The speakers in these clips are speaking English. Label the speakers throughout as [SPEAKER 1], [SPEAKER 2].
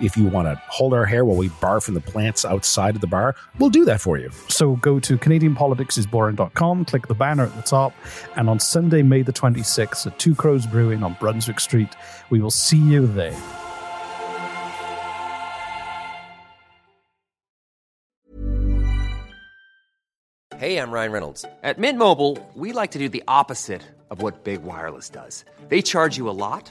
[SPEAKER 1] If you want to hold our hair while we barf in the plants outside of the bar, we'll do that for you.
[SPEAKER 2] So go to CanadianPoliticsIsBoring.com, click the banner at the top, and on Sunday, May the 26th at Two Crows Brewing on Brunswick Street, we will see you there.
[SPEAKER 3] Hey, I'm Ryan Reynolds. At Mint Mobile, we like to do the opposite of what Big Wireless does. They charge you a lot,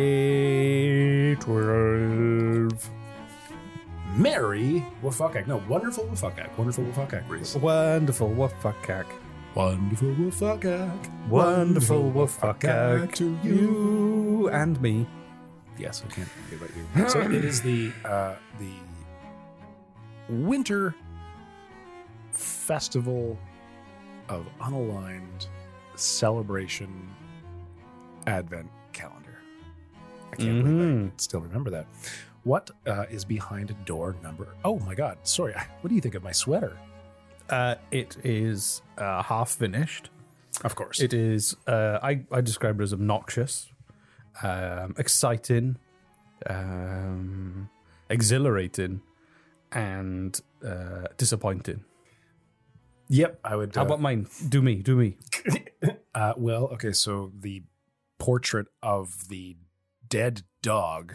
[SPEAKER 2] Day 12.
[SPEAKER 1] Merry Wafuckak. No, wonderful Wafuckak. Wonderful Wafuckak, Reese.
[SPEAKER 2] Wonderful Wafuckak.
[SPEAKER 1] Wonderful Wafuckak.
[SPEAKER 2] Wonderful Wafuckak to you and me.
[SPEAKER 1] Yes, I can't forget about you. So it is the uh, the winter festival of unaligned celebration advent calendar. I can't believe I still remember that. What uh, is behind door number? Oh my God! Sorry. What do you think of my sweater?
[SPEAKER 2] Uh, it is uh, half finished.
[SPEAKER 1] Of course.
[SPEAKER 2] It is. Uh, I I describe it as obnoxious, um, exciting, um, exhilarating, and uh, disappointing.
[SPEAKER 1] yep. I would.
[SPEAKER 2] How about mine? Do me, do me.
[SPEAKER 1] Uh, well, okay, so the portrait of the dead dog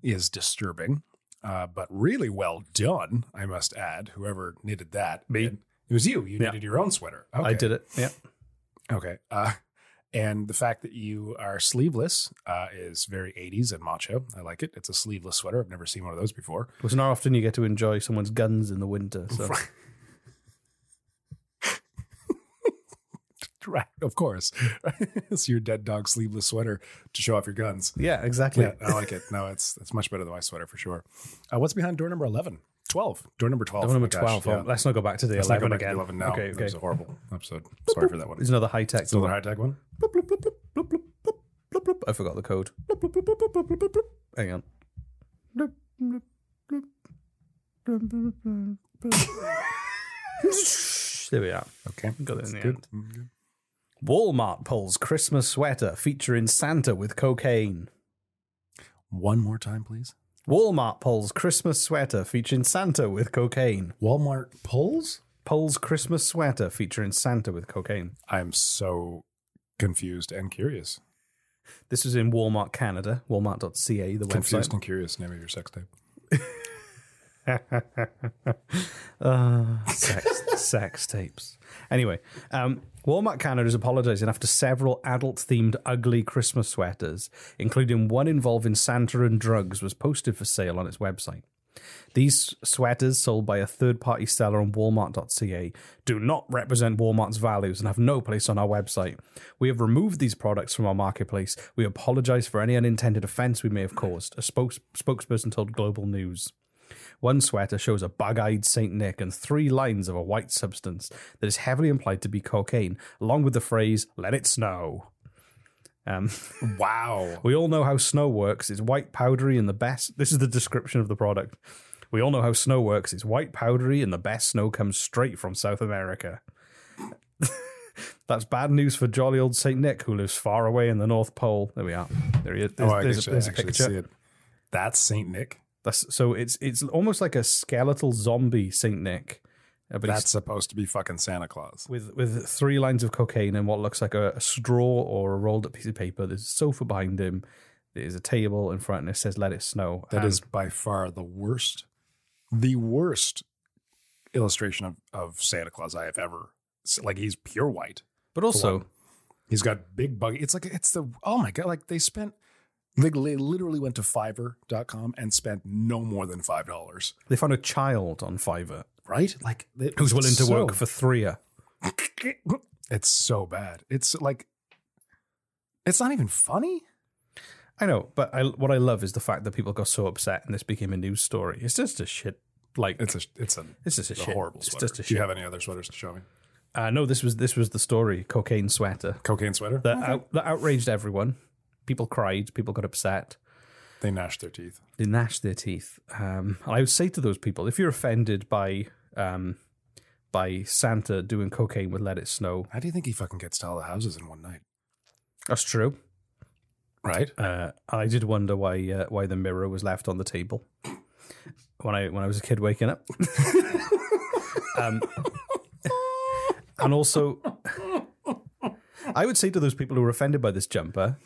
[SPEAKER 1] is disturbing, uh, but really well done, I must add. Whoever knitted that,
[SPEAKER 2] Me.
[SPEAKER 1] And it was you. You
[SPEAKER 2] Yeah.
[SPEAKER 1] knitted your own sweater. Okay.
[SPEAKER 2] I did it. Yeah.
[SPEAKER 1] Okay, uh, and the fact that you are sleeveless uh, is very '80s and macho. I like it. It's a sleeveless sweater. I've never seen one of those before.
[SPEAKER 2] Because not often you get to enjoy someone's guns in the winter. So
[SPEAKER 1] Right, of course. it's your dead dog sleeveless sweater to show off your guns.
[SPEAKER 2] yeah, exactly.
[SPEAKER 1] Yeah, Oh, I like it. No, it's that's much better than my sweater for sure. Uh, what's behind door number 11? 12. Door number 12.
[SPEAKER 2] Door number
[SPEAKER 1] Oh my gosh,
[SPEAKER 2] twelve. Oh, Let's not go back to the
[SPEAKER 1] Let's not go back
[SPEAKER 2] eleven
[SPEAKER 1] to
[SPEAKER 2] again.
[SPEAKER 1] 11 now.
[SPEAKER 2] Okay,
[SPEAKER 1] That
[SPEAKER 2] okay.
[SPEAKER 1] was a horrible episode. Sorry for that one.
[SPEAKER 2] There's another high tech.
[SPEAKER 1] It's another high tech one.
[SPEAKER 2] Bloop, bloop, bloop, bloop, bloop, bloop, bloop, bloop, bloop. I forgot the code. Bloop, bloop, bloop, bloop, bloop, bloop, bloop, bloop, bloop. Hang on. Bloop, bloop, bloop, bloop, bloop, bloop, bloop. there we are.
[SPEAKER 1] Okay.
[SPEAKER 2] Got it
[SPEAKER 1] That's
[SPEAKER 2] in the
[SPEAKER 1] good.
[SPEAKER 2] end. Walmart pulls Christmas sweater featuring Santa with cocaine.
[SPEAKER 1] One more time, please.
[SPEAKER 2] Walmart pulls Christmas sweater featuring Santa with cocaine.
[SPEAKER 1] Walmart pulls?
[SPEAKER 2] Pulls Christmas sweater featuring Santa with cocaine.
[SPEAKER 1] I'm so confused and curious.
[SPEAKER 2] This was in Walmart Canada, walmart.ca, the
[SPEAKER 1] Confused
[SPEAKER 2] website.
[SPEAKER 1] and curious, name of your sex tape.
[SPEAKER 2] uh, sex, sex tapes. Anyway, um, Walmart Canada is apologising after several adult-themed ugly Christmas sweaters, including one involving Santa and drugs, was posted for sale on its website. These sweaters, sold by a third party seller on Walmart.ca, do not represent Walmart's values and have no place on our website. We have removed these products from our marketplace. We apologize for any unintended offense we may have caused, a spokes- spokesperson told Global News. One sweater shows a bug eyed Saint Nick and three lines of a white substance that is heavily implied to be cocaine, along with the phrase, let it snow. Um,
[SPEAKER 1] Wow.
[SPEAKER 2] we all know how snow works. It's white, powdery, and the best. This is the description of the product. We all know how snow works. It's white, powdery, and the best snow comes straight from South America. That's bad news for jolly old Saint Nick, who lives far away in the North Pole. There we are. There he is. There's,
[SPEAKER 1] oh, I
[SPEAKER 2] there's-
[SPEAKER 1] guess I
[SPEAKER 2] there's a
[SPEAKER 1] actually
[SPEAKER 2] picture.
[SPEAKER 1] see it. That's Saint Nick.
[SPEAKER 2] That's so it's it's almost like a skeletal zombie Saint Nick, uh, but
[SPEAKER 1] That's
[SPEAKER 2] he's
[SPEAKER 1] supposed to be fucking Santa Claus.
[SPEAKER 2] with with three lines of cocaine and what looks like a, a straw or a rolled up piece of paper. There's a sofa behind him. There's a table in front, and it says "Let it snow."
[SPEAKER 1] That
[SPEAKER 2] And-
[SPEAKER 1] is by far the worst, the worst illustration of, of Santa Claus I have ever. s- Like he's pure white.
[SPEAKER 2] but also
[SPEAKER 1] He's got big buggy. It's like it's the oh my god! Like they spent, like they literally went to Fiverr.com and spent no more than five dollars.
[SPEAKER 2] they found a child on Fiverr
[SPEAKER 1] Right? Like they-
[SPEAKER 2] who's willing to
[SPEAKER 1] so-
[SPEAKER 2] work for threer.
[SPEAKER 1] It's so bad. It's like, it's not even funny.
[SPEAKER 2] I know, but I, what I love is the fact that people got so upset and this became a news story. It's just a shit. Like
[SPEAKER 1] It's a it's a
[SPEAKER 2] It's just a shit.
[SPEAKER 1] horrible
[SPEAKER 2] It's
[SPEAKER 1] sweater.
[SPEAKER 2] just a
[SPEAKER 1] Do
[SPEAKER 2] shit.
[SPEAKER 1] you have any other sweaters to show me?
[SPEAKER 2] uh, no, this was this was the story. Cocaine sweater
[SPEAKER 1] Cocaine sweater.
[SPEAKER 2] that out, that outraged everyone. People cried. People got upset.
[SPEAKER 1] they gnash their teeth.
[SPEAKER 2] they gnash their teeth. Um, and I would say to those people, if you're offended by um, by Santa doing cocaine with Let It Snow,
[SPEAKER 1] How do you think he fucking gets to all the houses in one night?
[SPEAKER 2] that's true.
[SPEAKER 1] Right?
[SPEAKER 2] Uh, and I did wonder why uh, why the mirror was left on the table when I when I was a kid waking up. um, and also, I would say to those people who were offended by this jumper,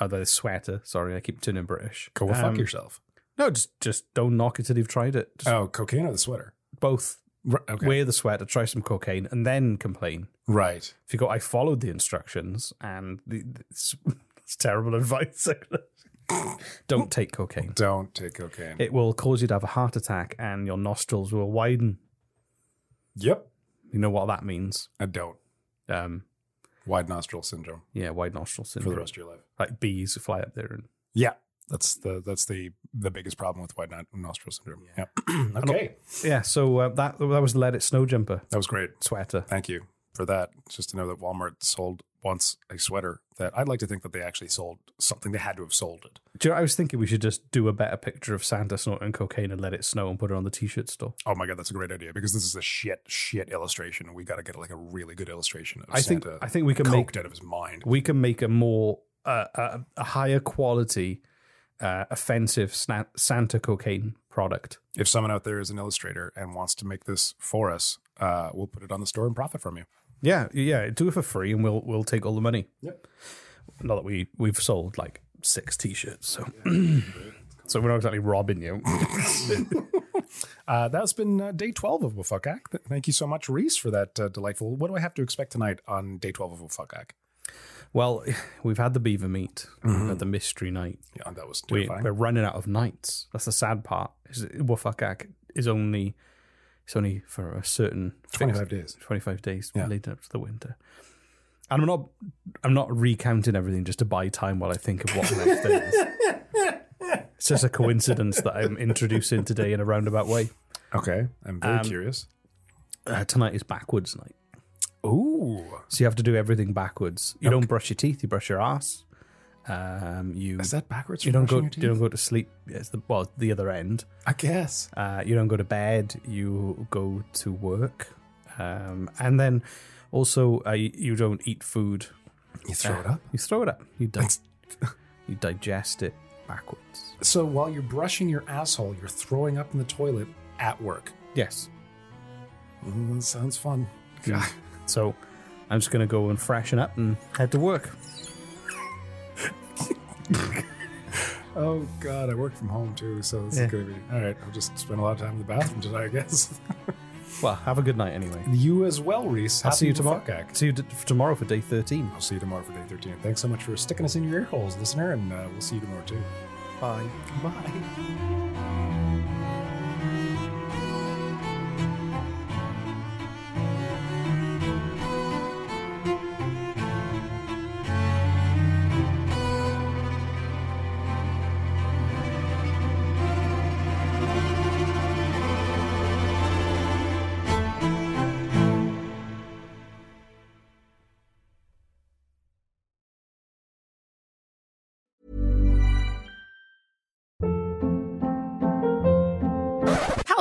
[SPEAKER 2] uh, this sweater. Sorry, I keep turning British.
[SPEAKER 1] Go
[SPEAKER 2] Um,
[SPEAKER 1] fuck yourself.
[SPEAKER 2] No, just just don't knock it till you've tried it. Just
[SPEAKER 1] Oh, cocaine or the sweater?
[SPEAKER 2] both
[SPEAKER 1] R- Okay.
[SPEAKER 2] wear the sweater, try some cocaine, and then complain.
[SPEAKER 1] Right.
[SPEAKER 2] If you go, I followed the instructions, and the, it's, it's terrible advice. Don't take cocaine.
[SPEAKER 1] Don't take cocaine.
[SPEAKER 2] It will cause you to have a heart attack, and your nostrils will widen.
[SPEAKER 1] yep.
[SPEAKER 2] You know what that means?
[SPEAKER 1] I don't.
[SPEAKER 2] Um,
[SPEAKER 1] Wide nostril syndrome
[SPEAKER 2] yeah, wide nostril
[SPEAKER 1] for
[SPEAKER 2] syndrome.
[SPEAKER 1] the rest of your life.
[SPEAKER 2] like bees who fly up there, and
[SPEAKER 1] Yeah. That's the that's the the biggest problem with wide no- nostril syndrome. Yeah. okay.
[SPEAKER 2] yeah. So uh, that that was the Let It Snow jumper
[SPEAKER 1] That was great.
[SPEAKER 2] sweater.
[SPEAKER 1] Thank you for that. Just to know that Walmart sold once a sweater that I'd like to think that they actually sold something. They had to have sold it.
[SPEAKER 2] Do you know, I was thinking we should just do a better picture of Santa snorting cocaine and Let It Snow and put it on the t-shirt store.
[SPEAKER 1] Oh my god, that's a great idea because this is a shit, shit illustration. We got to get like a really good illustration of
[SPEAKER 2] I think
[SPEAKER 1] Santa
[SPEAKER 2] I think we can make
[SPEAKER 1] coked out of his mind.
[SPEAKER 2] we can make a more uh, a, a higher quality uh, offensive sna- santa cocaine product
[SPEAKER 1] If someone out there is an illustrator and wants to make this for us, uh, we'll put it on the store and profit from you.
[SPEAKER 2] yeah yeah do it for free and we'll we'll take all the money yep not that we we've sold like six t-shirts so so we're not exactly robbing you
[SPEAKER 1] Uh, that's been uh, day twelve of Wafuck Act. Thank you so much, Reese, for that uh, delightful. What do I have to expect tonight on day twelve of Wafuck Act?
[SPEAKER 2] well we've had the beaver meat we've had the mystery night
[SPEAKER 1] Yeah, that was
[SPEAKER 2] we,
[SPEAKER 1] terrifying.
[SPEAKER 2] we're running out of nights that's the sad part is wafakak is only it's only for a certain
[SPEAKER 1] Twenty five days.
[SPEAKER 2] 25 days
[SPEAKER 1] Yeah.
[SPEAKER 2] leading up to the winter. And I'm not I'm not recounting everything just to buy time while I think of what the next day is. It's just a coincidence that I'm introducing today in a roundabout way.
[SPEAKER 1] Okay, I'm very
[SPEAKER 2] Um,
[SPEAKER 1] curious.
[SPEAKER 2] Uh, tonight is backwards night.
[SPEAKER 1] Ooh,
[SPEAKER 2] So you have to do everything backwards. You don't brush your teeth, you brush your ass. Um, you
[SPEAKER 1] is that backwards?
[SPEAKER 2] you
[SPEAKER 1] from
[SPEAKER 2] don't go
[SPEAKER 1] brushing
[SPEAKER 2] you
[SPEAKER 1] your
[SPEAKER 2] don't
[SPEAKER 1] teeth?
[SPEAKER 2] go to sleep. It's the well, the other end.
[SPEAKER 1] I guess.
[SPEAKER 2] Uh, you don't go to bed. You go to work, um, and then also uh, you, you don't eat food. Uh,
[SPEAKER 1] You throw it up.
[SPEAKER 2] You throw it up. You di- you digest it backwards.
[SPEAKER 1] So while you're brushing your asshole, you're throwing up in the toilet at work.
[SPEAKER 2] Yes.
[SPEAKER 1] Mm, that sounds fun. God.
[SPEAKER 2] Mm. So I'm just gonna go and freshen up and head to work.
[SPEAKER 1] Oh God, I work from home too, so this
[SPEAKER 2] Yeah.
[SPEAKER 1] is gonna be all right. I'll just spend a lot of time in the bathroom today, I guess.
[SPEAKER 2] Well, have a good night anyway.
[SPEAKER 1] you as well, Reese.
[SPEAKER 2] I'll see you
[SPEAKER 1] Happy
[SPEAKER 2] tomorrow.
[SPEAKER 1] fuck act.
[SPEAKER 2] See you d- tomorrow for day thirteen.
[SPEAKER 1] I'll see you tomorrow for day thirteen. Thanks so much for sticking us in your ear holes, listener, and uh, we'll see you tomorrow too.
[SPEAKER 2] Bye.
[SPEAKER 1] Bye.